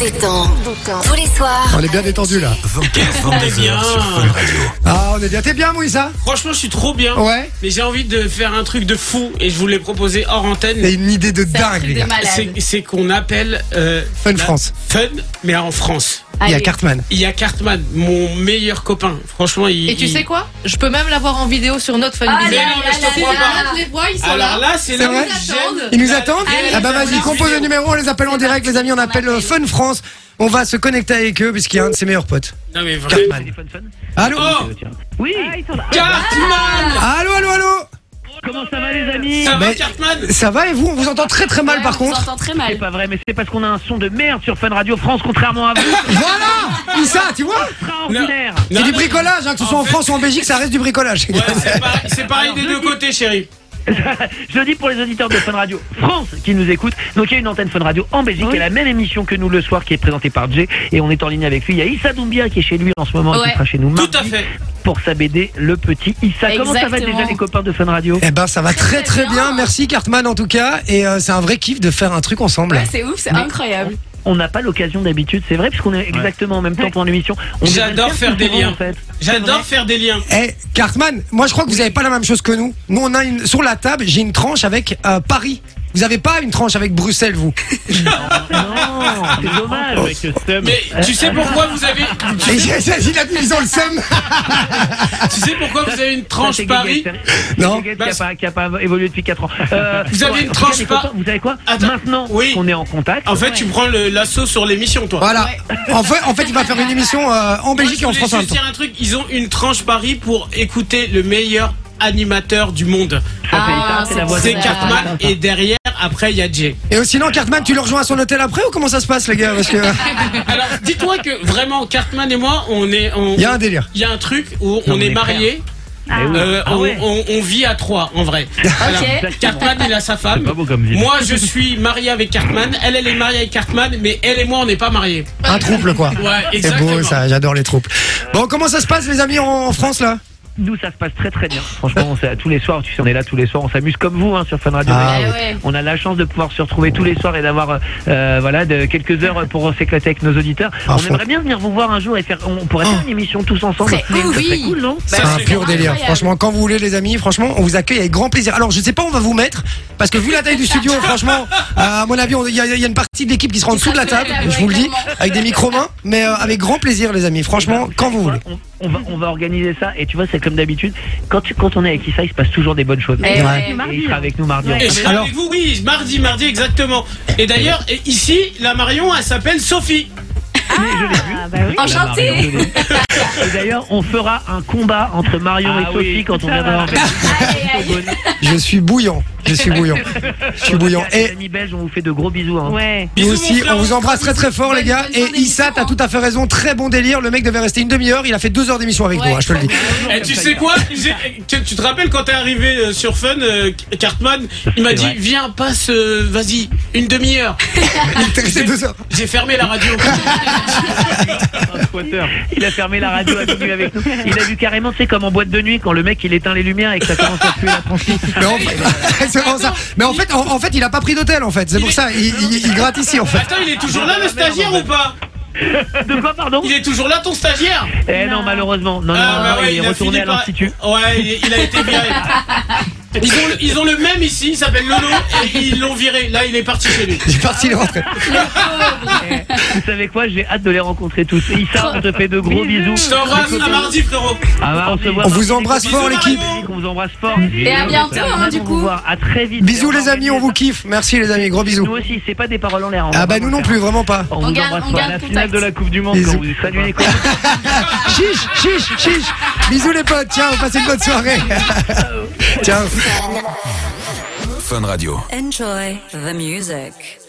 détend. Tous les soirs. On est bien détendu là. 20h, 22h sur Fun Radio. Ah, on est bien. T'es bien, Moïsa Franchement, je suis trop bien. Ouais. Mais j'ai envie de faire un truc de fou et je vous l'ai proposé hors T'as antenne. une idée de C'est un dingue, truc les de gars. malade. C'est- C'est qu'on appelle euh, Fun la- France. Fun, mais en France. Il y a Allez. Cartman. Il y a Cartman, mon meilleur copain. Franchement, il. Et tu il- sais quoi Je peux même l'avoir en vidéo sur notre fun Mais Vidéo. non, mais je te crois pas. Les voix, ils sont Alors là. là, c'est là C'est vrai où j'aime. Ils nous attendent Allez, Ah bah c'est vas-y, parti. compose le numéro, on les appelle en direct, les amis, on appelle euh, Fun France. On va se connecter avec eux puisqu'il y a un de ses meilleurs potes, Non mais vraiment. Cartman. Allô Oh, Oui, Cartman Allô, allô, allô comment Oh, ça va les amis Ça va, Mais- Cartman Ça va et vous On vous entend très très mal par contre. très C'est pas vrai, mais c'est parce qu'on a un son de merde sur Fun Radio France, contrairement à vous. C'est Voilà Issa, tu vois extraordinaire. C'est Non, du mais- bricolage, hein, que ce soit en fait- France ou en Belgique, ça reste du bricolage. Ouais, c'est pareil, c'est pareil des Alors, deux je dis- côtés, chérie. Je le dis pour les auditeurs de Fun Radio France qui nous écoutent. Donc il y a une antenne Fun Radio en Belgique, qui a la même émission que nous le soir, qui est présentée par Jay, et on est en ligne avec lui. Il y a Issa Doumbia qui est chez lui en ce moment, et Ouais. qui sera chez nous Tout mardi à fait. pour sa BD Le Petit Issa. Comment ça va Exactement. déjà les copains de Fun Radio Eh ben ça va très très très bien, bien. merci Cartman en tout cas, et euh, c'est un vrai kiff de faire un truc ensemble. C'est ouf, c'est incroyable. On n'a pas l'occasion d'habitude, c'est vrai, puisqu'on est exactement en même temps pendant l'émission. On devrait le Eh. J'adore faire plus des souvent, liens. en fait. J'adore faire des liens. Eh, Cartman, moi je crois que vous n'avez pas la même chose que nous. Nous, on a une, sur la table, j'ai une tranche avec euh, Paris. Vous n'avez pas une tranche avec Bruxelles, vous. Non, c'est dommage. Mais tu sais pourquoi vous avez. Et j'ai- j'ai- il a dit, ils ont le seum. Tu sais pourquoi vous avez une Ça, tranche c'est Paris Gueguet, c'est- Non. c'est Gueguet Bah, qui, a pas, qui a pas évolué depuis 4 ans. Euh, Vous avez une en tout cas, tranche les pas- copains, Vous savez quoi Attends. Maintenant Oui. Ah, qu'on est en contact, En fait, tu prends le- l'assaut sur l'émission, toi. Voilà. En fait, en fait, il va faire une émission euh, en Moi, Belgique et je en voulais France en même juste temps. dire un truc, ils ont une tranche Paris pour écouter le meilleur animateur du monde. ça fait Ah, ça, c'est la c'est voix C'est de- Cartman et derrière, après, il y a Jay. Et euh, sinon, Cartman, tu le rejoins à son hôtel après ou comment ça se passe, les gars Parce que euh, Alors, dis-toi que vraiment, Cartman et moi, on est. on- il y a un délire. Il y a un truc où Non, on on est est mariés, Ah oui. euh, Ah on, ouais. on- on vit à trois en vrai. Voilà. Cartman il a sa femme. Moi je suis marié avec Cartman, elle elle est mariée avec Cartman, mais elle et moi on n'est pas mariés. Un trouble, quoi. Ouais, C'est exactement. beau, ça. J'adore les troupes. Bon, comment ça se passe, les amis, en, en France là Nous, ça se passe très très bien. Franchement, on s'est- tous les soirs, tu sais, on est là tous les soirs, on s'amuse comme vous hein, sur Fun Radio. Ah, Eh ouais. On a la chance de pouvoir se retrouver tous les soirs et d'avoir euh, euh, voilà de quelques heures pour s'éclater avec nos auditeurs. Ah, on faut- aimerait bien venir vous voir un jour et faire. On Oh. pourrait faire une émission tous ensemble. C'est Ça ouf. serait cool, non C'est Bah, un c'est pur délire. incroyable. Franchement, quand vous voulez, les amis, franchement, on vous accueille avec grand plaisir. Alors, je sais pas où on va vous mettre, parce que vu la taille du studio, franchement, euh, à mon avis, on- il y, a- il y a une partie de l'équipe qui sera en dessous de la table, je vous le dis, avec des micro-mains, mais euh, avec grand plaisir, les amis. Franchement, quand vous voulez. On, on va, on va organiser ça et tu vois, c'est comme d'habitude. Quand, tu- quand on est avec Issa, il se passe toujours des bonnes choses. Eh Ouais. ouais. Et il sera avec nous mardi. Et je serai Alors- avec vous, oui, mardi, mardi exactement. Et d'ailleurs, et ici, la Marion, elle s'appelle Sophie. Ah bah Enchantée. Marion, je l'ai vu. Et d'ailleurs, on fera un combat entre Marion et Sophie quand on viendra en Belgique. Je suis bouillant. Je suis bouillant. Je suis bouillant. Les Et amis belges, on vous fait de gros bisous. hein. Ouais. nous Bisous, mon aussi, frère. on vous embrasse très très fort, les gars. Bonne Et Issa, fin d'émission, t'as hein. tout à fait raison. Très bon délire. Le mec devait rester une demi-heure. Il a fait deux heures d'émission avec Ouais. nous, hein, je te le dis. Et Eh, tu sais quoi J'ai- que- Tu te rappelles quand t'es arrivé euh, sur Fun, euh, Cartman, il m'a C'est dit vrai. viens, passe, euh, vas-y, une demi-heure. Il était resté deux heures. J'ai fermé la radio. Il a fermé la radio à minuit avec nous. Il a vu carrément, tu sais, comme en boîte de nuit, quand le mec il éteint les lumières et que ça commence à puer la franchise. Mais en fait, c'est vraiment ça. Mais en fait, en, en fait, il a pas pris d'hôtel, en fait. C'est pour ça, il, il- il gratte ici, en fait. Attends, il est toujours là le stagiaire ou pas De quoi, pardon Il est toujours là ton stagiaire Eh non, malheureusement. Non, non, Ah, bah non, ouais, il il est a retourné à fini par- l'institut. Ouais, il, il a été viré. Ils ont, le- ils ont le même ici, il s'appelle Lolo, et ils l'ont viré. Là, il est parti chez lui. Il est parti, il est rentré. Vous savez quoi J'ai hâte de les rencontrer tous. Issa, on te fait de gros bisous. Je t'embrasse à mardi, frérot. Ah bah, on se voit. On vous embrasse fort, l'équipe. On vous embrasse fort. Et à bientôt, hein, du On coup. vous voit. À très vite. Bisous, les amis, on vous kiffe. Merci, les amis, gros Nous bisous. aussi, c'est pas des paroles en l'air. on Ah va bah, pas nous vous non faire. plus, vraiment pas. On, vous garde- embrasse on fort. garde la finale contact. de la Coupe du Monde. Bisous. quand vous- Salut les copains. Chiche, chiche, chiche. Bisous, les potes. Ciao, passez une bonne soirée. Ciao. Fun Radio. Enjoy the music.